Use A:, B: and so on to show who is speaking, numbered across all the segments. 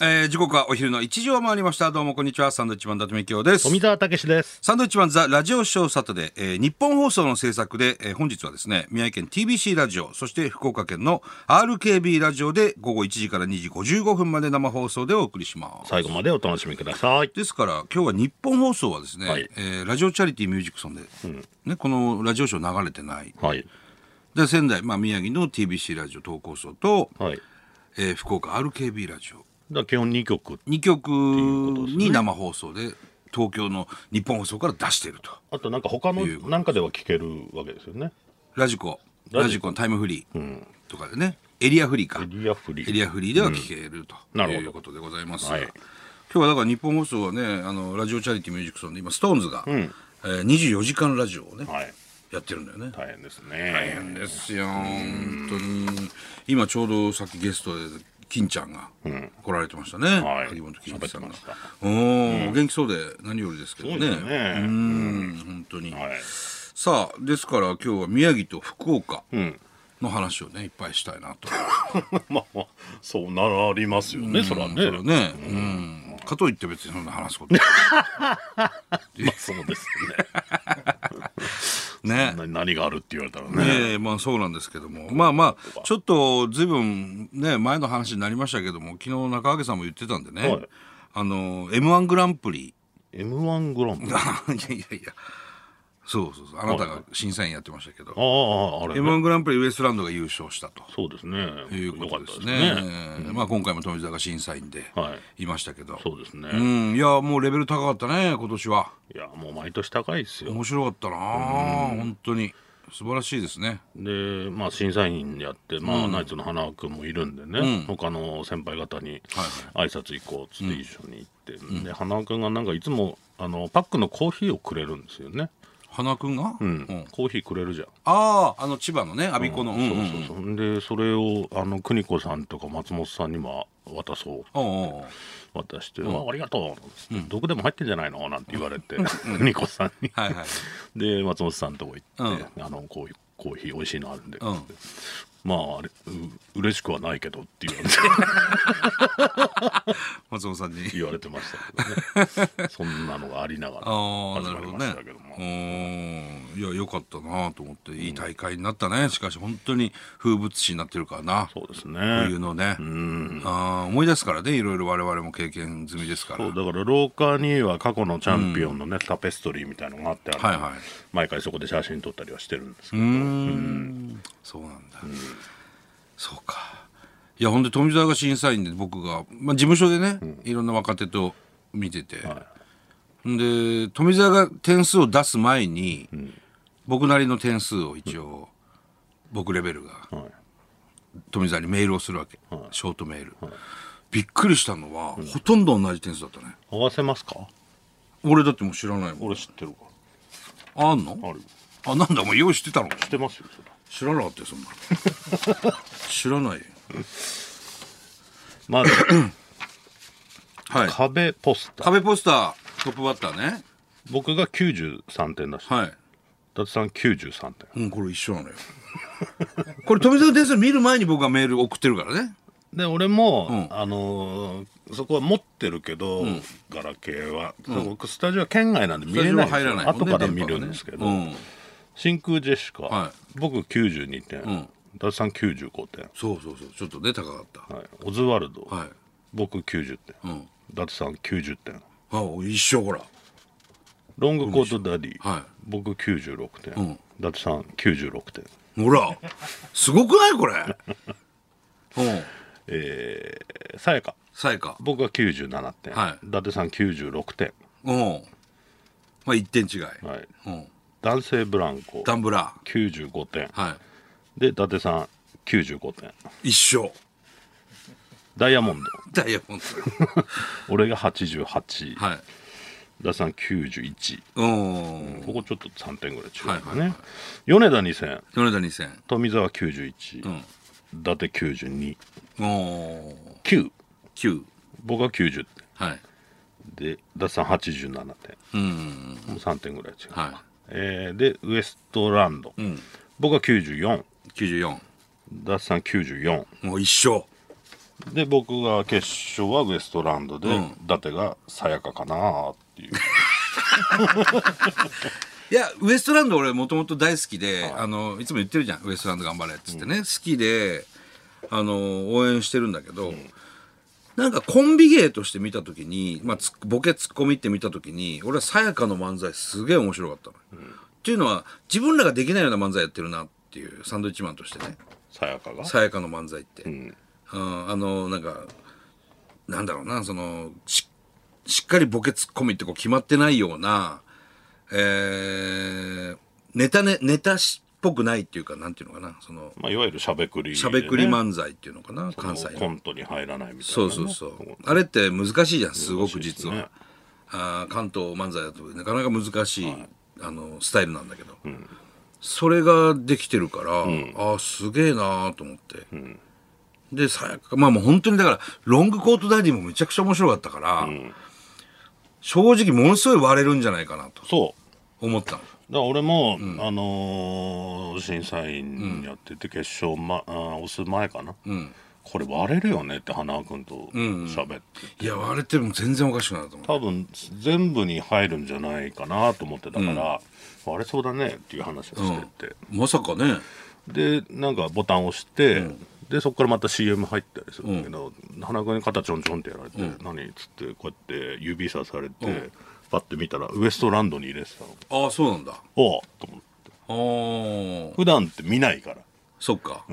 A: えー時刻はお昼の1時を回りました。どうもこんにちは。サンドウィッチマン伊達美京です。
B: 富澤たけしです。
A: サンドウィッチマンザラジオショーサタデー、えー日本放送の制作で、えー本日はですね、宮城県 TBC ラジオ、そして福岡県の RKB ラジオで午後1時から2時55分まで生放送でお送りします。
B: 最後までお楽しみください。
A: ですから今日は日本放送はですね、
B: はい
A: えーラジオチャリティーミュージックソンで、ね、このラジオショー流れてない。
B: はい。
A: で、仙台、まあ宮城の TBC ラジオ投稿層と、
B: はい。
A: えー福岡 RKB ラジオ。
B: だ基本2曲。
A: 2曲に生放送で東京の日本放送から出してると
B: あとなんか他のなんかでは聴けるわけですよね。
A: ラジコラジコのタイムフリーとかでねエリアフリーか
B: エリアフリー
A: エリアフリーでは聴けると、
B: なるほど
A: いうことでございます、
B: はい
A: 今日はだから日本放送はねあのラジオチャリティーミュージックソンで今ストーンズが、えー、24時間ラジオをね、
B: はい。
A: やってるんだよね
B: 大変です
A: 大
B: ね。
A: 変ですよ本当に今ちょうどさっきゲストで金ちゃんが来られてましたね、
B: はい
A: 萩本欽一さんが
B: 喋ってまし
A: おーお元気そうで何よりですけど
B: そ
A: ね
B: うです
A: う
B: ね。
A: ん本当に、
B: はい。
A: さあですから今日は宮城と福岡
B: ん
A: の話をねいっぱいしたいなと、
B: まあまあそうなりますよね。そら
A: それは
B: ね。
A: ね、うんかといって別にそんな話すこと
B: まあそうです
A: ね
B: ね。何があるって言われたらね。
A: ええまあそうなんですけどもまあまあちょっとずいぶんね前の話になりましたけども昨日中揚さんも言ってたんでね、
B: はい
A: あの m 1グランプリ
B: M1 グランプリ。あ
A: あいやいやいやそうそうそうあなたが審査員やってましたけど、
B: ああれ
A: m
B: ね。
A: 1グランプリウエストランドが優勝したと
B: そうですね。
A: いう
B: よ
A: こ
B: か
A: と
B: った
A: で
B: ですす
A: ね
B: ね。
A: まあ、今回も富澤が審査員で
B: はい。
A: いましたけど、
B: そうですね。
A: うんいやもうレベル高かったね今年はい
B: やもう毎年高いですよ。
A: 面白かったな本当に素晴らしいですね
B: で、まあ、審査員やって、まあナイツの花輪君もいるんでね、他の先輩方に挨拶行こうっつって一緒に行って、で花輪君がなんかいつもあのパックのコーヒーをくれるんですよね、
A: 花くんが、う
B: うん
A: ん
B: コーヒーくれるじゃん。
A: あああの千葉のね我孫子の、うんうんうん
B: そうそうそうでそれをあの邦子さんとか松本さんにも渡そう
A: おうおう
B: 渡して「あありがとう」なんつってどこでも入ってんじゃないの?」なんて言われて、邦子さんに。
A: はい はい
B: で松本さんとこ行って、あのコーヒーコーヒー美味しいのあるんで、
A: うん
B: ってまああれう嬉しくはないけどって言われ て
A: 松本さんに
B: 言われてましたけどねそんなのがありながら
A: ああ
B: 始
A: な
B: ま
A: る
B: り
A: ほど
B: ま
A: ね
B: したけども
A: うんいや良かったなと思っていい大会になったね、しかし本当に風物詩になってるからな
B: そうです
A: 冬
B: ね
A: のね、
B: うん
A: あー思い出すからねいろいろ我々も経験済みですから
B: そう
A: は
B: だから廊下には過去のチャンピオンのね、タペストリーみたいのがあってあの
A: いはい
B: 毎回そこで写真撮ったりはしてるんですけ
A: うーんそうなんだ、そうかいやほんで富澤が審査員で僕が、まあ、事務所でね、いろんな若手と見てて、
B: は
A: で富澤が点数を出す前に、僕なりの点数を一応、僕レベルが
B: ど、はい
A: 富澤にメールをするわけ、ショートメール、びっくりしたのは、ほとんど同じ点数だったね
B: 合わせますか
A: 俺だってもう知らないもん
B: 俺知ってるか
A: あんの
B: らある
A: あなんだお前用意してたの
B: 知ってますよそれ
A: 知らなかったよそんなの 知らないよ
B: まず
A: はい
B: 壁ポスター
A: 壁ポスタートップバッターね
B: 僕が93点だし、
A: はい
B: 伊達さん93点
A: うんこれ一緒なのよ これ富澤の点数見る前に僕がメール送ってるからね
B: で俺も、
A: ん
B: あのーそこは持ってるけど、ガラケーは、そう僕スタジオは県外なんで見れないんですよ
A: スタジオは入らないもんね
B: 後から見
A: 電波がね
B: るんですけど、
A: うん
B: 真空ジェシカ、
A: は
B: 僕92点、
A: ん
B: 伊達さん95点、
A: そうそうそうちょっとね高かった
B: はい、オズワルド、
A: はい
B: 僕90点、
A: うん
B: 伊達さん90点
A: あ一緒ほら
B: ロングコートダディ、
A: はい
B: 僕96点、
A: うん
B: 伊達さん96点
A: ほらすごくないこれうん
B: えーさやか
A: さやか
B: 僕が97点、
A: はい
B: 伊達さん96点、
A: うんまあ1点違い、
B: はい、
A: うん
B: 男性ブランコ
A: ダンブラ
B: 95点
A: ーは
B: で伊達さん95点
A: い一緒
B: ダイヤモンド
A: ダイヤモン
B: 俺が88、
A: ドはい
B: 伊達さん91
A: うん
B: ここちょっと3点ぐらい違う
A: はい
B: ね、
A: はいはい
B: 米田2000
A: 米田2000
B: 富澤91、
A: うん
B: 伊達929
A: お9
B: 僕が90
A: はい
B: 点で伊達さん87点も
A: うん
B: う3点ぐらい違う、
A: は
B: えーでウエストランド、
A: いうん
B: 僕が94伊
A: 94
B: 達さん94
A: もう一緒
B: で僕が決勝はウエストランドで、
A: うん
B: 伊達がさやかかなって いう
A: いやウエストランド俺もともと大好きで、い、あのいつも言ってるじゃんウエストランド頑張れっつってね、好きであの応援してるんだけど、なんかコンビ芸として見た時に、まあ、ツッボケツッコミって見た時に俺はさやかの漫才すげえ面白かったの、っていうのは自分らができないような漫才やってるなっていうサンドイッチマンとしてね
B: さやかが
A: さやかの漫才って、
B: ん
A: うんあのなんかなんだろうなそのししっかりボケツッコミってこう決まってないような、えーネタねネタしっぽくないっていうかなんていうのかなその
B: まあ、いわゆるしゃべくり、ね、
A: しゃべくり漫才っていうのかな、関西
B: コ
A: の
B: ントに入らないみたいな、ね、
A: そうそうそうあれって難しいじゃんすごく実は、
B: 難しいですね
A: あー関東漫才だとなかなか難しい、あのスタイルなんだけど、それができてるから、ああすげえなーと思って、でさやかまあもう本当にだからロングコートダディもめちゃくちゃ面白かったから、正直ものすごい割れるんじゃないかなと
B: そう
A: 思ったの
B: だから俺も、あのー審査員やってて決勝、ま、あー押す前かな、これ割れるよねって花輪君と喋って、
A: いや割れても全然おかしくないと思う
B: 多分全部に入るんじゃないかなと思ってたから、割れそうだねっていう話をしてて、
A: まさかね
B: でなんかボタン押して、でそこからまた CM 入ったりするんだけど、花子に肩ちょんちょんってやられて「何?」っつってこうやって指さされて、パッて見たらウエストランドに入れてたの
A: ああそうなんだあ
B: おおと思って
A: あー
B: 普段って見ないから、
A: そっか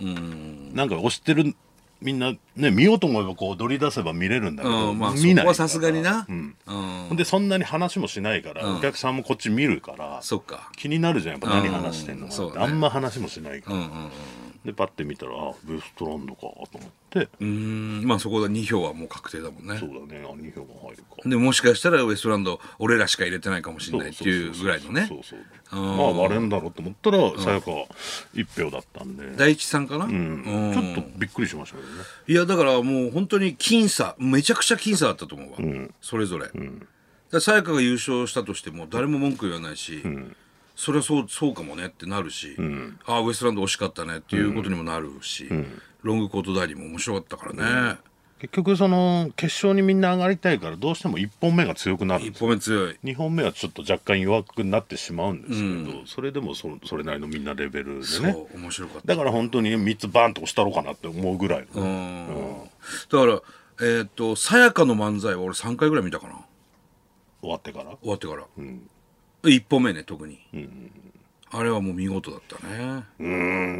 B: うんなんか押してるみんなね見ようと思えばこう踊り出せば見れるんだけど、
A: うんまあそ
B: 見な
A: こ
B: いから
A: はさすがにな
B: うん
A: うん
B: ほんでそんなに話もしないから、お客さんもこっち見るから
A: そっか
B: 気になるじゃんやっぱ何話してんのかな
A: うん
B: って、
A: そうね
B: あんま話もしないか
A: う
B: ら、
A: んうんうん
B: でパッて見たらあウエストランドかと思って、
A: うーんまあそこで2票はもう確定だもんね
B: そうだねあ2票が入るか
A: でもしかしたらウエストランド俺らしか入れてないかもしれないっていうぐらいのね
B: そうそうそう
A: あ
B: ま
A: ー
B: あ割れんだろうと思ったらさやか1票だったんで、
A: 大吉さんかな、
B: うん、
A: うん
B: ちょっとびっくりしましたけどね
A: いやだからもう本当に僅差めちゃくちゃ僅差だったと思うわ、それぞれ、だからさやかが優勝したとしても誰も文句言わないし、それはそうそうかもねってなるし、ああウエストランド惜しかったねっていうことにもなるし、ロングコートダディも面白かったからね、
B: 結局その決勝にみんな上がりたいからどうしても1本目が強くなるんで
A: 一
B: す
A: 歩目強い
B: 2本目はちょっと若干弱くなってしまうんですけど、それでもそそれなりのみんなレベルで
A: そう、
B: ね
A: 面白かった
B: だから本当に3つバーンと押したろうかなって思うぐらいのね、
A: だからえーっとさやかの漫才は俺3回ぐらい見たかな
B: 終わってから
A: 終わってから、一本目ね特に、あれはもう見事だったね
B: うー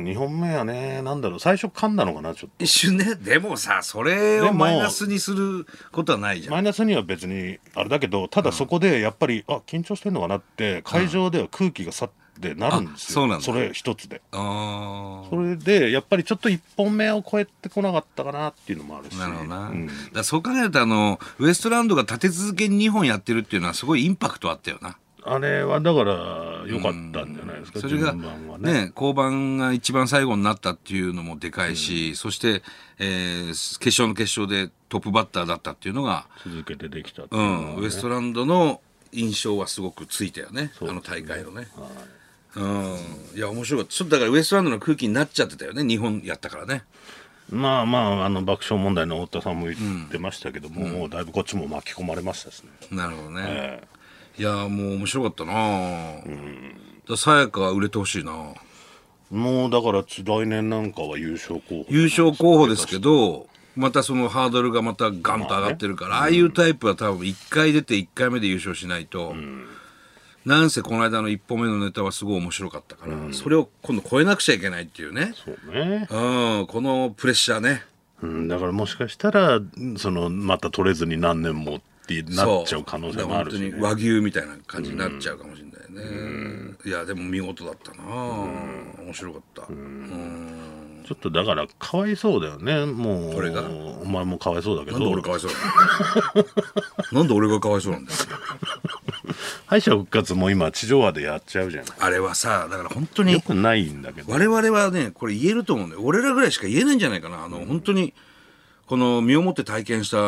B: ん2本目はねなんだろう最初噛んだのかなちょっ
A: 一瞬ねでもさそれ
B: で
A: を
B: も
A: マイナスにすることはないじ
B: と
A: ゃん
B: マイナスには別にあれだけどただそこでやっぱり、あ緊張してんのかなって会場では空気が去ってなるんで
A: あ
B: すよ、
A: そうなんだ
B: れ一つで
A: あ
B: それでやっぱりちょっと1本目を超えてこなかったかなっていうのもあるし
A: あなるほどな、
B: うん
A: だからそう考えるとあのウエストランドが立て続けに2本やってるっていうのはすごいインパクトあったよな
B: あれはだから良かったんじゃないですか、
A: それが
B: 順番はね
A: ね交番が一番最後になったっていうのもでかいし、そして、えー決勝の決勝でトップバッターだったっていうのが
B: 続けてできたっていううのは
A: ん、ウエストランドの印象はすごくついたよね、あの大会のね。うん、いや面白かったちょっとだからウエストランドの空気になっちゃってたよね日本やったからね
B: まあまああの爆笑問題の太田さんも言ってましたけども、もうだいぶこっちも巻き込まれましたしね、
A: なるほどね、
B: え
A: いやもう面白かったなださやかは売れてほしいな
B: えもうだから来年なんかは優勝候補
A: 優勝候補ですけどまたそのハードルがまたガンと上がってるから、ああいうタイプは多分1回出て1回目で優勝しないと、なんせこの間の1本目のネタはすごい面白かったから、それを今度超えなくちゃいけないっていうね
B: そうね、
A: うん、このプレッシャーね。
B: うん、だからもしかしたらうんそのまた取れずに何年もってなっちゃう可能性もあるし、
A: そうだ
B: ね、
A: から本当に和牛みたいな感じになっちゃうかもしれないね。いや、でも見事だったな。面白かった。うん
B: ちょっとだからかわいそうだよねもう
A: 俺が
B: お前もかわいそうだけ
A: なんで俺
B: ど
A: かわいそうなのなんで俺がかわいそうなんだよ。
B: 敗者復活も今地上波でやっちゃうじゃない
A: あれはさ、だから本当
B: よ
A: に、
B: くないんだけど
A: 我々はね、これ言えると思うんだよ。俺らぐらいしか言えないんじゃないかな。あの、本当に、この身をもって体験した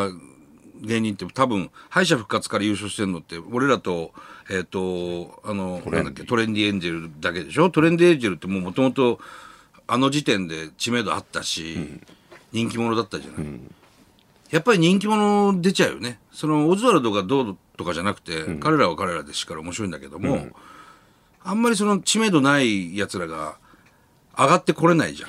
A: 芸人って多分、敗者復活から優勝してるのって、俺らと、えっ、と、あの、なんだっけ、トレンディエンジェルだけでしょトレンディエンジェルってもうもともと、あの時点で知名度あったし、人気者だったじゃない、やっぱり人気者出ちゃうよねそのオズワルドがどうとかじゃなくて、彼らは彼らでしから面白いんだけども、あんまりその知名度ないやつらが上がってこれないじゃ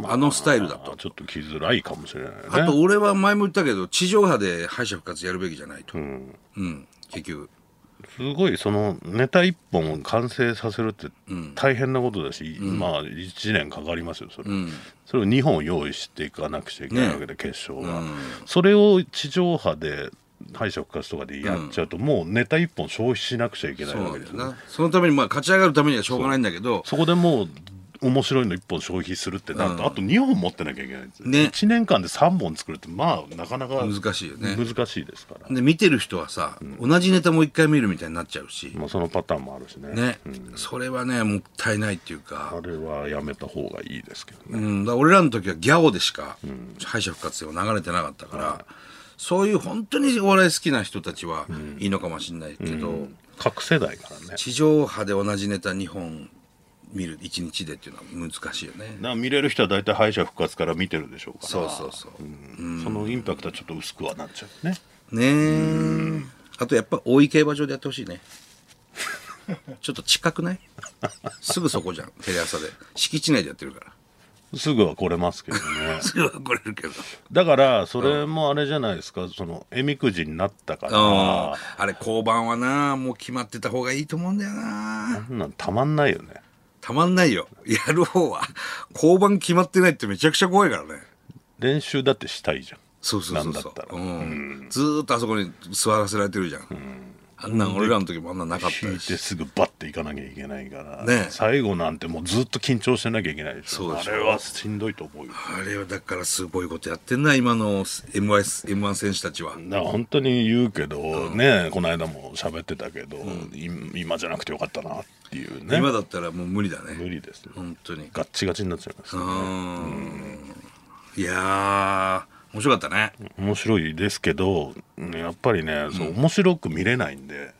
A: ん、あ、のスタイルだと
B: あちょっと来づらいかもしれないね
A: あと俺は前も言ったけど地上波で敗者復活やるべきじゃないと、
B: うん
A: うん、結局
B: すごいそのネタ一本を完成させるって大変なことだし、まあ1年かかりますよそれ,、それを2本用意していかなくちゃいけないわけで、決勝が、それを地上波で敗者復活とかでやっちゃうと、もうネタ一本消費しなくちゃいけない
A: そうな
B: わ
A: ん
B: け
A: だ
B: で
A: よ
B: すよね
A: なそのためにまあ勝ち上がるためにはしょうがないんだけど
B: そこでもう面白いの1本消費するってなると、あと2本持ってなきゃいけないんですよ、
A: ね
B: 1年間で3本作るってまあなかなか
A: 難しいよね
B: 難しいですから、
A: で見てる人はさ、同じネタもう一回見るみたいになっちゃうし、
B: まあ、そのパターンもあるしね
A: ね、
B: うん
A: それはねもったいないっていうか
B: あれはやめた方がいいですけど
A: う
B: ね、
A: ん、だから俺らの時はギャオでしか敗者復活戦は流れてなかったから、そういう本当にお笑い好きな人たちはいいのかもしれないけど、
B: 各世代からねだか
A: 地上波で同じネタ2本見る1日でっていうのは難しいよね。
B: ら見れる人は大体敗者復活から見てるでしょうから
A: そうそうそう。
B: うんそのインパクトはちょっと薄くはなっちゃうね
A: ねえ。あとやっぱ大井競馬場でやってほしい ね。ちょっと近くないすぐそこじゃん、テレ朝で。敷地内でやってるから。
B: すぐは来れますけどね
A: すぐは来れるけど。
B: だからそれもあれじゃないですかそのえみくじになったから
A: ああれ、交番はな、もう決まってた方がいいと思うんだよな。
B: そんなんたまんないよね
A: たまんないよ。 やる方は。交番決まってないってめちゃくちゃ怖いからね。
B: 練習だってしたいじゃん
A: そうそうそうそ
B: なんだった
A: う、
B: ら
A: うん、ずーっとあそこに座らせられてるじゃん、あんなん俺らの時もあんなんなかった
B: 引い
A: し、
B: てすぐバッていかなきゃいけないから、
A: ね
B: 最後なんてもうずっと緊張してなきゃいけないでし
A: そ
B: ょ
A: うでしょ
B: あれはしんどいと思うよ
A: あれはだからすごいことやってんな今の m 1 m 1選手たちは、
B: だから本当に言うけど、ねこの間も喋ってたけど、い今じゃなくてよかったなっていうね
A: 今だったらもう無理だね
B: 無理ですね
A: 本当に
B: ガッチガチになっちゃいます、
A: うーんいやー面白かったね、
B: 面白いですけどねやっぱりね、そう面白く見れないんで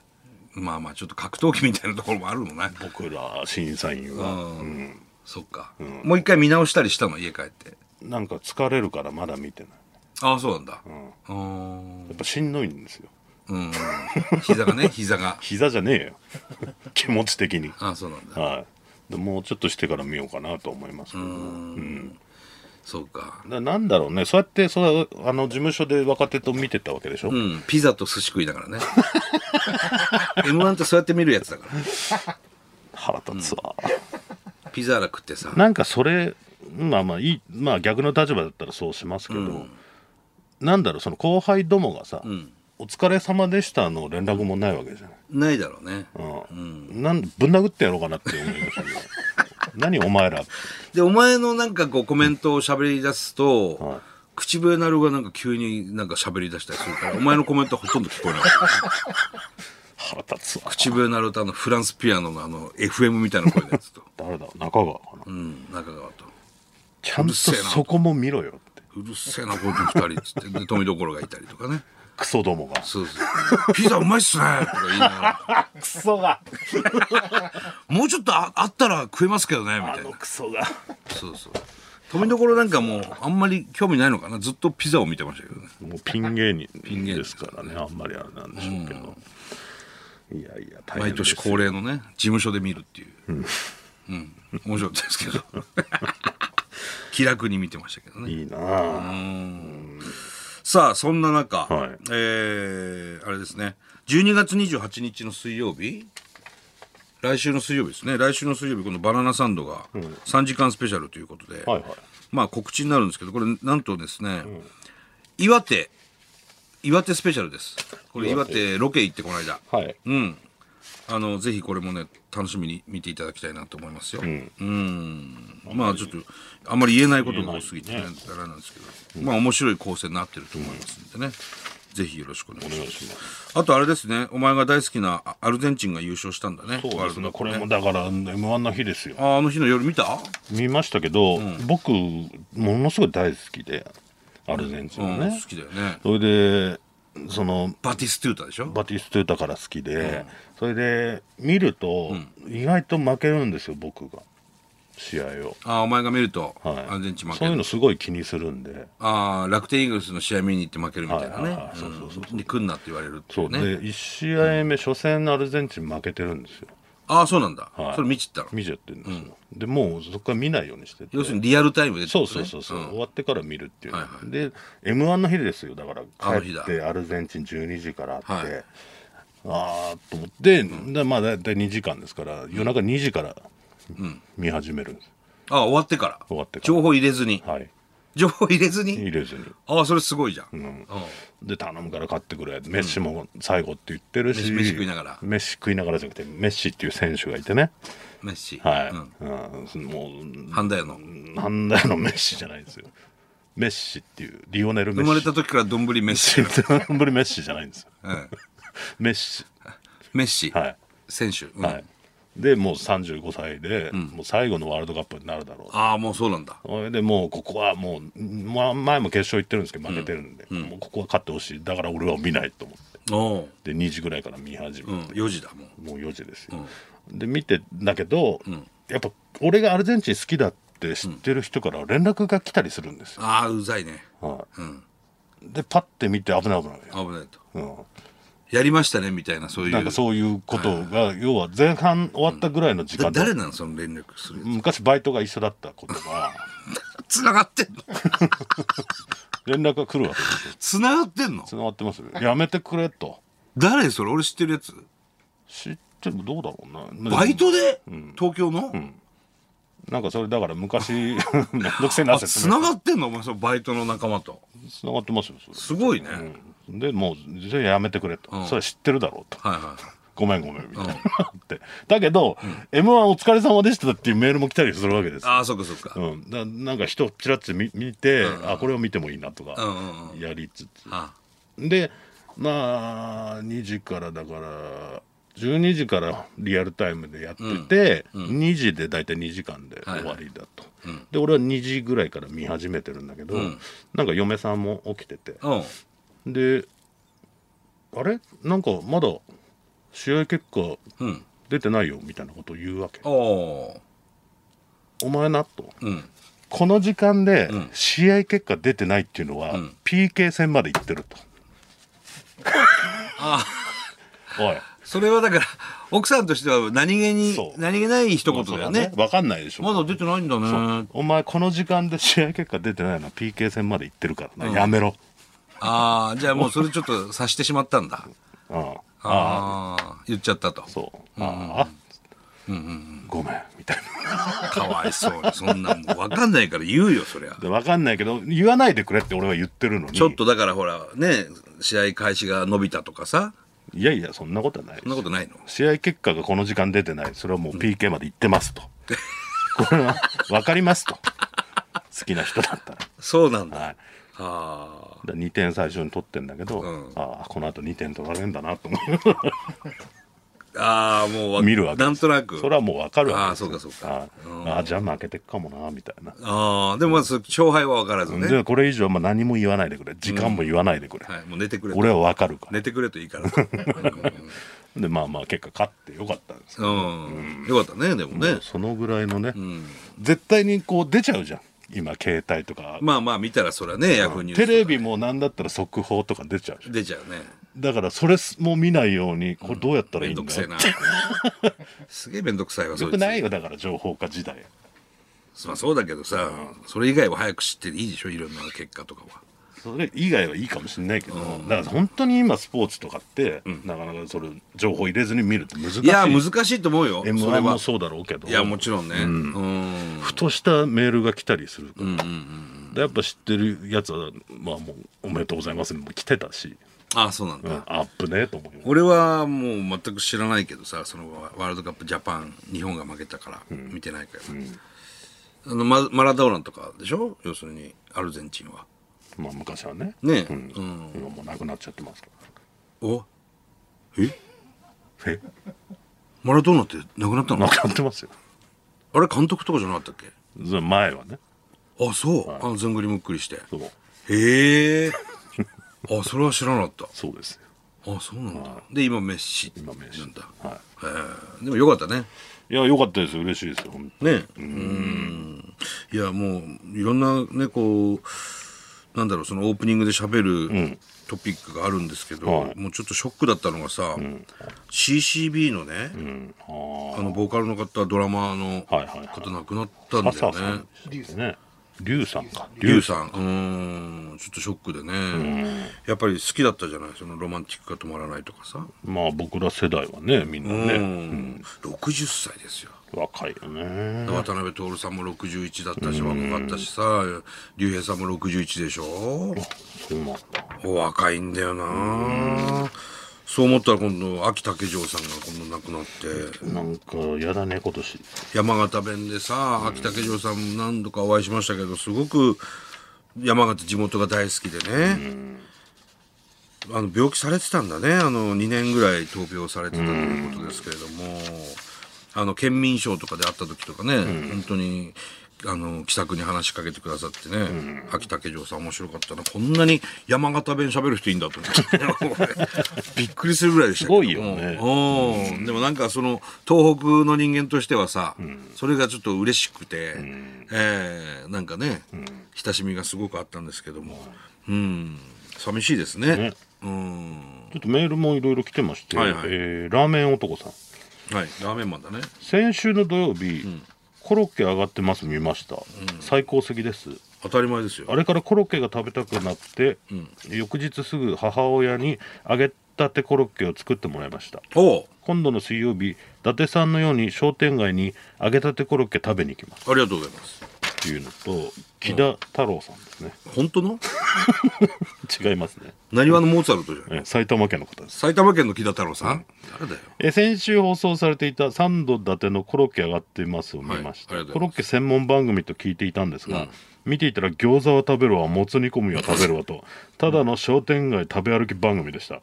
A: まあまあちょっと格闘技みたいなところもあるもんね
B: 僕ら審査員
A: う
B: は、
A: ん、そっか、もう一回見直したりしたの家帰って
B: なんか疲れるからまだ見てない
A: ああそうなんだうん
B: やっぱしんどいんですよ
A: うん膝が ね膝が
B: 膝じゃね えよ気持ち的に
A: ああそうなんだ
B: はい、でもうちょっとしてから見ようかなと思いますけど、
A: そうか
B: ななんだろうねそうやってそうあの事務所で若手と見てたわけでしょ、
A: うん、ピザと寿司食いだ からね。M1 ってそうやって見るやつだか
B: 腹立つわ、
A: ら。ピザら食ってさ。
B: なんかそれまあまあいいまあ逆の立場だったらそうしますけど、なんだろうその後輩どもがさ、お疲れ様でした」の連絡もないわけじゃない、
A: ないだろうね。
B: うんなんぶん殴ってやろうかなって思いましたね 何お前ら
A: で、お前のなんかこうコメントを喋り出すと、
B: はい
A: 口笛なるがなんか急になんか喋り出したりするから、お前のコメントほとんど聞 こえない。
B: 腹立つわ
A: 口笛なるとあのフランスピアノのあの FM みたいな声のやつと。
B: 誰だ中川かな、
A: うん、中川と。
B: ちゃんとそこも見ろよって
A: うるせえな、この二人っつって。で、富所がいたりとかね。
B: クソどもが
A: そうそう。ピザうまいっすねとか言いながら。
B: クソが
A: もうちょっとああったら食えますけどね、みたいな。
B: クソが
A: そうそう。富所なんかもうあんまり興味ないのかなずっとピザを見てましたけどね。
B: もうピン芸人
A: ン芸人
B: ですからねあんまりあれなんでしょうけど、いやいや大
A: 毎
B: 変で
A: 年
B: す
A: 恒例のね、事務所で見るっていう。うん。面白かったですけど。 気楽に見てましたけどね。
B: いいなあ
A: さあ、そんな中、
B: はい
A: えー、あれですね、12月28日の水曜日、来週の水曜日ですね、来週の水曜日、このバナナサンドが3時間スペシャルということで、
B: はいはい
A: まあ告知になるんですけど、これなんとですね、岩手、岩手スペシャルです。これ岩手ロケ行ってこの間。
B: はい
A: うん。あの、ぜひこれもね、楽しみに見ていただきたいなと思いますよ。うん。まあちょっと、あんまり言えないことが多すぎてね、
B: 言え
A: あれなんですけど、まあ面白い構成になってると思いますんでね。ぜひよろしくお願いし
B: お
A: ます。
B: 願いします
A: あとあれですね、お前が大好きなあアルゼンチンが優勝したんだね。
B: そう
A: ワー
B: で
A: ル
B: す
A: ド
B: ね
A: カップ
B: これもだから m 1の日ですよ
A: あーあの日の夜見た
B: 見ましたけど、僕ものすごい大好きでアルゼンチン
A: うん、
B: のね、
A: 好きだよね。
B: それでその
A: バティストゥータでしょ
B: バティストゥータから好きで、それで見ると、意外と負けるんですよ僕が試合を。
A: あお前が見ると、
B: はい
A: アルゼンチン負け
B: そういう
A: る
B: のすごい気にするんで。
A: ああ楽天イーグルスの試合見に行って負けるみたいな
B: はいはい
A: ね
B: はいそうそうそう
A: うんで来んなって言われるってい
B: そうう、
A: ね
B: で1試合目、初戦アルゼンチン負けてるんですよ。
A: ああそうなんだ、
B: はい
A: それ見ちったの
B: 見ちゃってるんですよ。でもうそこから見ないようにしてて。
A: 要するにリアルタイムでってこ
B: そ
A: と
B: う
A: ね
B: そうそうそう、
A: ん
B: 終わってから見るっていう、
A: はいは
B: で m 1の日ですよだ
A: あ
B: か
A: の
B: ら
A: 日
B: 帰
A: だ
B: ってアルゼンチン12時からあって、
A: はい
B: ああと思って、でまあ大体2時間ですから夜中2時から見始めるんです、
A: あ終わってから
B: 終わってから
A: 情報入れずに
B: はい
A: 情報入れずに
B: 入れずに
A: ああそれすごいじゃん、
B: ん
A: あ
B: で頼むから買ってくれメッシも最後って言ってるし、
A: 飯飯食いながら
B: 飯食いながらじゃなくてメッシっていう選手がいてね
A: メッシ
B: はい、
A: うん
B: うんも
A: ハンダ屋の
B: うなんだよのメッシじゃないですよメッシっていうリオネル・
A: 生
B: メッ
A: まれ
B: シ
A: た時からどんぶりメッシ、うん、
B: ぶりメッシじゃないんですよメッシ
A: メッシ、
B: はい、
A: 選手、うん
B: はい、でもう35歳で、もう最後のワールドカップになるだろう
A: ああもうそうなんだ
B: それでもうここはもうま前も決勝行ってるんですけど負けてるんで、もうここは勝ってほしいだから俺は見ないと思っ
A: おう
B: てで2時ぐらいから見始
A: うん
B: めて、
A: 4時だもう
B: もう4時ですよ、で見てんだけど、やっぱ俺がアルゼンチン好きだって知ってる人から連絡が来たりするんですよ、
A: ああうざいね
B: はいでパッて見て危ない危ない、
A: 危ないと
B: うん、
A: やりましたねみたいなそういう
B: なんかそういうことが、要は前半終わったぐらいの時間
A: だ
B: で
A: 誰なのその連絡する
B: 昔バイトが一緒だったことが
A: つながってんの
B: 連絡が来るわけ ですよ
A: つながってんの
B: 繋がってますよやめてくれと
A: 誰それ俺知ってるやつ
B: 知ってもどうだろうなまあ
A: バイトで、東京の、
B: なんかそれだから昔 めんどくせえな
A: あ
B: って
A: つながってんのお前そのバイトの仲間と
B: 繋がってますよそれ
A: すごいね、
B: でもうじゃあやめてくれと、それは知ってるだろうと
A: はいは
B: ごめんごめんみたいな、 ってだけど、m 1お疲れ様でした」っていうメールも来たりするわけです
A: いああそっかそっか、
B: うん、ななんか人ちらっと見見て、あこれを見てもいいなとか
A: うんうん
B: やりつつ、
A: あ
B: でまあ2時からだから12時からリアルタイムでやってて、2時で大体2時間で終わりだと、で俺は2時ぐらいから見始めてるんだけど、なんか嫁さんも起きてて
A: うん
B: であれなんかまだ試合結果
A: うん
B: 出てないよみたいなことを言うわけ、
A: おお
B: お前なと
A: ーうん
B: この時間で試合結果出てないっていうのは、
A: ん
B: PK 戦まで行ってると
A: あ
B: おい
A: それはだから奥さんとしては何気に
B: そう
A: 何気ない一言だよね
B: 分かんないでしょ
A: まだ出てないんだね
B: お前この時間で試合結果出てないのは PK 戦まで行ってるからな、やめろ、
A: ああじゃあもうそれちょっと察してしまったんだ
B: うん、ああ
A: ああ言っちゃったと
B: そうああ、ごめんみたい
A: かわいそうにそんなんもう分かんないから言うよそりゃ
B: なで分かんないけど言わないでくれって俺は言ってるのに
A: ちょっとだからほらね試合開始が伸びたとかさ
B: いやいやそんなことはない
A: そんなことないの
B: 試合結果がこの時間出てないそれはもう PK まで行ってま すと、これは分かりますと好きな人だった
A: そうなんだ
B: ら、はい、
A: あ
B: だ2点最初に取ってんだけど、
A: うん
B: ああこのあと2点取られるんだなと思
A: ーあーもうわ
B: 見るわけ
A: なんとな
B: う
A: く
B: それはもう分かるわけですよ
A: ああそうかそう
B: ああああじゃあ負けてっかもなみたいな
A: ああでもまず勝敗は分からずね、
B: じゃあこれ以上まあ何も言わないでくれ時間も言わないでくれ、
A: はい、もう寝てくれと
B: 俺は分かるから、
A: 寝てくれといいから と
B: でまあまあ結果勝ってよかったんですよ、
A: うん、よかったねでもね、
B: そのぐらいのね、絶対にこう出ちゃうじゃん今携帯とか、
A: まあまあ見たらそりゃねヤフーニュース
B: テ
A: とか
B: レビも何だったら速報とか出ちゃうじゃん
A: 出ちゃうね
B: だからそれすも見ないようにこれどうやったら
A: め
B: いい
A: んど
B: んだ
A: くせえ
B: よ、
A: なすげえめんどくさいわそ
B: よ
A: い
B: く
A: つ
B: ないよだから情報化時代
A: まあそうだけどさ、それ以外は早く知っていいでしょいろんな結果とかは
B: それ以外はいいかもしれないけど、だから本当に今スポーツとかって、なかなかそれ情報入れずに見るって難しい
A: いや難しいと思うよ
B: m
A: それ
B: 1
A: は
B: もそうだろうけど
A: いやもちろんねうんうん
B: ふとしたメールが来たりするから、でやっぱ知ってるやつは、まあ、もうおめでとうございますも来てたし、
A: あそうなんだ、
B: アップねえと思うよ
A: 俺はもう全く知らないけどさそのワワールドカップジャパン日本が負けたから見てないから、あのママラドーナとかでしょ要するにアルゼンチンは
B: まあ、昔はね
A: ねえ、
B: うん今もうなくなっちゃってますか
A: おえ
B: らえ
A: マラドーナってなくなったの
B: なくなってますよ
A: あれ監督とかじゃなかったっけ
B: それ前はね
A: あそう、あのずんぐりむっくりして
B: そう
A: へえあそれは知らなかった
B: そうですよ
A: あそうなんだ、で今メッシ
B: 今メッシ
A: なんだ、
B: は
A: えーでもよかったね
B: い、いや良かったです嬉しいですよ本当
A: ねうんいやもういろんなねこうなんだろうそのオープニングで喋るトピックがあるんですけど、
B: はい
A: もうちょっとショックだったのがさ、CCB のね、
B: にうんあ
A: あのボーカルの方ドラマーの
B: あはいはい
A: 方
B: は
A: 亡くなったん
B: い
A: だ
B: 朝
A: よ
B: さ
A: ね
B: んでしたね龍さんか
A: リュウさんうーんちょっとショックでね、やっぱり好きだったじゃないそのロマンティックが止まらないとかさ、
B: まあ僕ら世代はねみんなね、
A: うん、60歳ですよ
B: 若いよね
A: 渡辺徹さんも61だったし若かったしさ竜兵さんも61でしょ
B: そうなんだ
A: お若いんだよなそう思ったら今度秋竹城さんが今度亡くなって
B: なんかやだね今年
A: 山形弁でさ秋竹城さん何度かお会いしましたけどすごく山形地元が大好きでねあの病気されてたんだねあの2年ぐらい闘病されてたということですけれどもあの県民賞とかで会った時とかね本当にあの気さくに話しかけてくださってね秋竹城さん面白かったなこんなに山形弁喋る人いいんだと思ってびっくりするぐらいでしたけど
B: すごいよね
A: うんでもなんかその東北の人間としてはさ、それがちょっと嬉しくて、えーなんかね、親しみがすごくあったんですけども、うん、寂しいですね。
B: ね
A: うん、
B: ちょっとメールもいろいろ来てまして、
A: はいはい
B: えーラーメン男さん
A: はい、ラーメンマンだね。
B: 先週の土曜日、コロッケ上がってます見ました、最高席です
A: 当たり前ですよ。
B: あれからコロッケが食べたくなって、翌日すぐ母親に揚げたてコロッケを作ってもらいました
A: おう
B: 今度の水曜日伊達さんのように商店街に揚げたてコロッケ食べに行きます
A: ありがとうございます。
B: っていうのと木田太郎さんですね、
A: 本当の
B: 違いますね
A: 何話のモーツァルトじゃない。
B: え埼玉県の方です
A: 埼玉県の木田太郎さん。誰だよ。
B: え先週放送されていたサンド伊達のコロッケ上がってますを見ました、
A: はいありがとうご
B: コ
A: ざ
B: ロ
A: います
B: ッケ専門番組と聞いていたんですが、見ていたら餃子は食べるわもつ煮込みは食べるわとただの商店街食べ歩き番組でした、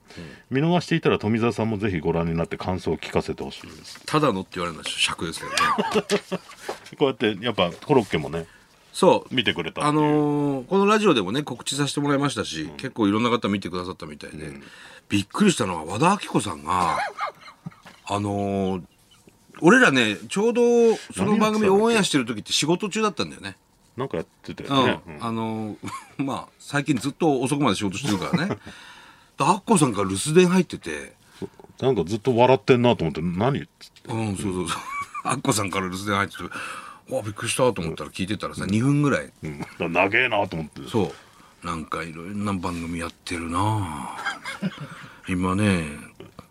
B: 見逃していたら富澤さんもぜひご覧になって感想を聞かせてほしいです
A: ただのって言われるのは尺ですけどね。
B: こうやってやっぱコロッケもね
A: そう。
B: 見てくれたっていう
A: あのーこのラジオでもね告知させてもらいましたし、結構いろんな方見てくださったみたいで、びっくりしたのは和田アキ子さんがあのー俺らねちょうどその番組
B: 何を
A: オンエアしてる時って仕事中だったんだよね。
B: なんかやってた
A: う
B: よ
A: ん
B: ね、うん
A: あの ーまあ最近ずっと遅くまで仕事してるからね。 でアッコさんが留守電入ってて、
B: なんかずっと笑ってんなと思って何っつって
A: うん、そうそうそう。 アッコさんから留守電入ってて、わあ、びっくりしたと思ったら聞いてたらさ、2分ぐらい
B: うんだから長えなと思って
A: そうなんかいろんな番組やってるなあ 今ね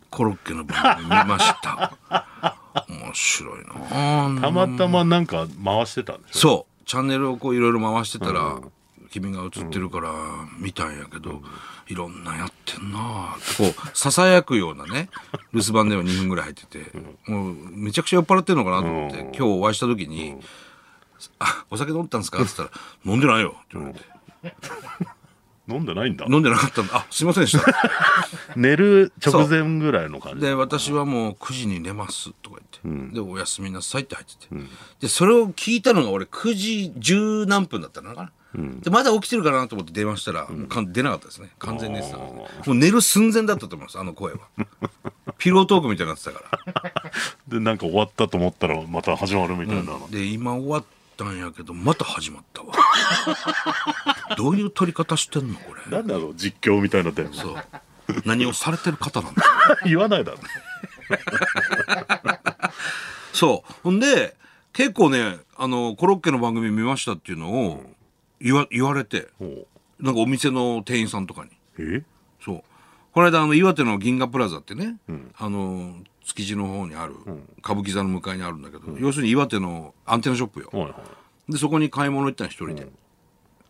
A: コロッケの番組見ました面白いなあ
B: たまたまなんか回してたんでしょ
A: そうチャンネルをこういろいろ回してたら、君が映ってるから見たんやけど、いろんなやってんなあってこうささやくようなね留守番では2分ぐらい入ってて、もうめちゃくちゃ酔っ払ってるのかなと思って、
B: うん
A: 今日お会いした時に「あお酒飲んでたんですか?」って言ったら「飲んでないよ」って言われて。
B: 飲んでないんだ
A: 飲んでなかったんだ。あ、すいませんでした。
B: 寝る直前ぐらいの感じ
A: で、私はもう9時に寝ますとか言って、で、おやすみなさいって入ってて、で、それを聞いたのが俺9時10何分だったのかな。で、まだ起きてるかなと思って電話したら、もうかん出なかったですね。完全に寝てたので、もう寝る寸前だったと思います、あの声は。ピロートークみたいになってたから。
B: でなんか終わったと思ったらまた始まるみたいな、
A: で、今終わったんやけど、また始まったわ。どういう撮り方してんのこれ。
B: なんだろう実況みたいなって
A: そう。何をされてる方なんだ
B: 言わないだろ
A: そう。ほんで、結構ね、あの、コロッケの番組見ましたっていうのを言わ言われて、
B: も
A: なんかお店の店員さんとかに。
B: うえ
A: そう。この間、あの、岩手の銀河プラザってね、あの、築地の方にある、歌舞伎座の向かいにあるんだけど、要するに岩手のアンテナショップよ。
B: はいはい
A: で、そこに買い物行ったの一人で。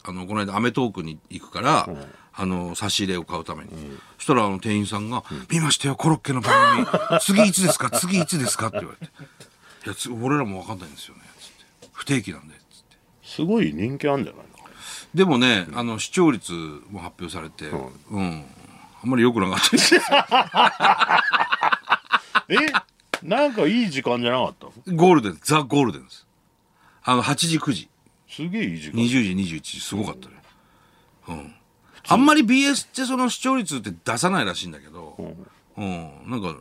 A: あの、この間、アメトークに行くから、あの、差し入れを買うために。そしたら、あの、店員さんが、見ましたよ、コロッケの番組。次いつですか次いつですかって言われて。いや、つ俺らもわかんないんですよね。つって。不定期なんで。つって。
B: すごい人気あんじゃない
A: でもね、あの、視聴率も発表されて、うん。あんまり良くなかったです。
B: の えなんかいい時間じゃなかったの
A: ゴールデン、ザ・ゴールデンです。あの、8時、9時。
B: すげえいい時間
A: 20時21時すごかったねうんあんまり BS ってその視聴率って出さないらしいんだけど
B: うん
A: うん、なんか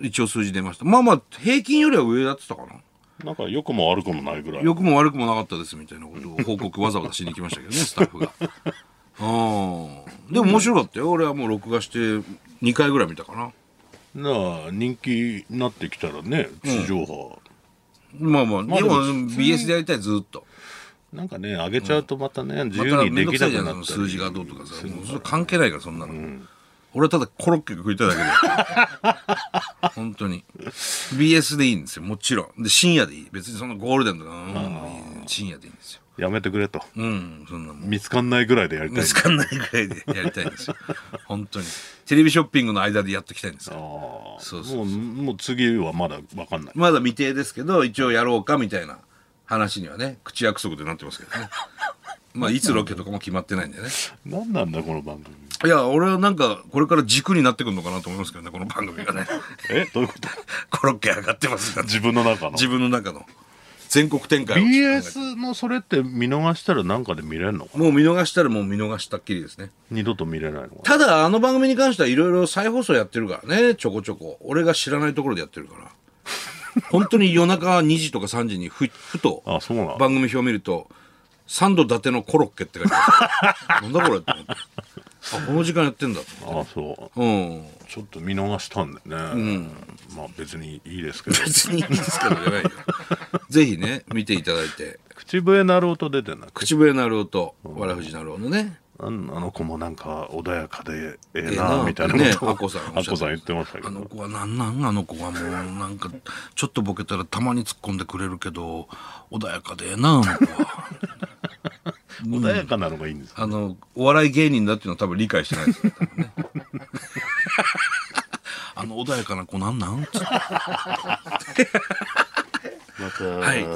A: 一応数字出ましたまあまあ平均よりは上だってたかな
B: なんか良くも悪くもないぐらい。
A: 良くも悪くもなかったですみたいな ことを報告わざわざしに来ましたけどねスタッフがうんでも面白かったよ俺はもう録画して2回ぐらい見たかな
B: なあ人気になってきたらね地上波、
A: まあまあ、
B: あ
A: で
B: で
A: も
B: も
A: BS でやりたいずっと
B: なんかね上げちゃうとまたね、自
A: ま
B: 由
A: た
B: に
A: 面
B: で
A: 倒く
B: き
A: さ
B: ないく
A: じゃん
B: な
A: そ
B: っ
A: の
B: た
A: 数字
B: り
A: がどうとかさもうそれ関係ないからそんなの、俺はただコロッケが食いたいだけで本当に BS でいいんですよもちろんで深夜でいい別にそのゴールデンとかうん深夜でいいんですよ
B: やめてくれと
A: うんそんなもん
B: 見つかんないぐらいでやりた
A: 見
B: い
A: つかんないぐらいでやりたいんですよ本当にテレビショッピングの間でやっときたいんです
B: あ
A: よ
B: あ
A: そうそう
B: もうもう次はまだわかんない
A: まだ未定ですけど一応やろうかみたいな話にはね口約束でなってますけどねまあいつロケとかも決まってないんでね
B: 何なんだこの番組
A: いや俺はなんかこれから軸になってくるのかなと思いますけどねこの番組がね
B: えどういうこと
A: コロッケ上がってますから
B: 自分の中の
A: 自分の中の全国展開をちょっと考
B: BS のそれって見逃したらなんかで見れるのか
A: えて
B: な
A: もう見逃したらもう見逃したっきりですね
B: 二度と見れないのかな
A: ただあの番組に関してはいろいろ再放送やってるからねちょこちょこ俺が知らないところでやってるから本当に夜中2時とか3時にふふと
B: あそうなん
A: 番組表を見ると「サンド伊達のコロッケ」って書いてあるなんだこれって思ってあこの時間やってんだと
B: あそう
A: 思ってうん
B: ちょっと見逃したんでね、まあ別にいいですけど
A: 別にいいんですけどじゃないよぜひね見ていただいて
B: 口笛鳴る音出てない
A: 口笛なるおとわらふじなるおのね
B: あんあの子もなんか穏やかでええ
A: ええ
B: な
A: な
B: みたいなことを
A: ねアッコさんおっしゃってま
B: ア
A: し
B: ッ
A: た
B: コさん言ってましたけ
A: あの
B: ど
A: 子はなんなんあの子はもうなんかちょっとボケたらたまに突っ込んでくれるけど穏やかでええなあの子は
B: 穏やかなのがいいんです
A: あのお笑い芸人だっていうのは多分理解してないですよ、多分ねあの穏やかな子なんなんつって
B: また、
A: はい
B: ね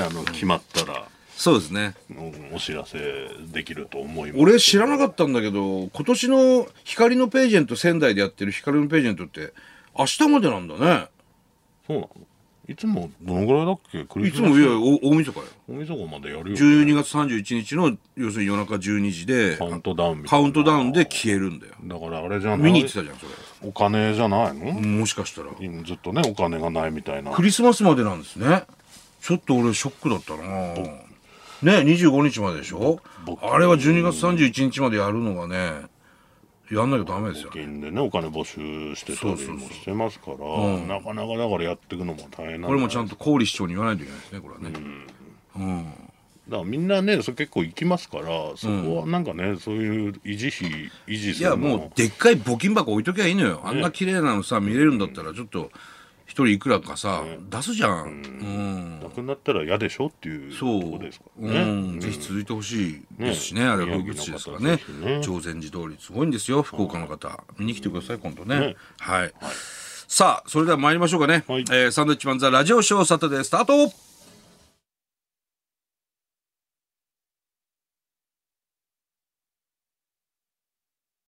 B: あの決まったら、
A: そうですね
B: うんお知らせできると思います
A: 俺知らなかったんだけど今年の光のページェント仙台でやってる光のページェントって明日までなんだね
B: そうなのいつもどのぐらいだっけクリ
A: い
B: ス
A: つ
B: マス
A: もいやお大晦日よ
B: お晦日までやるよ、ね、
A: 12月31日の要するに夜中12時で
B: カウントダウンみた
A: カ
B: いな
A: ウントダウンで消えるんだよ
B: だからあれじゃない
A: 見に行ってたじゃんそ
B: お金じゃないの、
A: れもしかしたら
B: 今ずっとねお金がないみたいな
A: クリスマスまでなんですねちょっと俺ショックだったなね25日まででしょ
B: 僕
A: あれは12月31日までやるのがねやんなきゃダメですよ
B: 募金でねお金募集してたりもしてますからなかなかだからやっていくのも大変なん
A: これもちゃ
B: ん
A: んと郡市長に言わないといけないですねこれはね
B: だからみんなねそ結構行きますからそこはなんかね、そういう維持費維持
A: い
B: する
A: や
B: の
A: もうでっかい募金箱置いときゃいいのよあんな綺麗なのさ見れるんだったらちょっと一人いくらかさ出すじゃんうん
B: なくなったら嫌でしょっていう
A: そう
B: とこですからね、
A: うん、ぜひ続いてほしいですしね、
B: ね
A: あれは風物詩ですからね
B: 宮城の方ぜひね
A: 朝鮮寺通りすごいんですよ福岡の方、見に来てください今度ね
B: ね
A: はい、さあそれでは参りましょうかね、
B: はい
A: えーサンドウィッチマンザラジオショーサタデースタート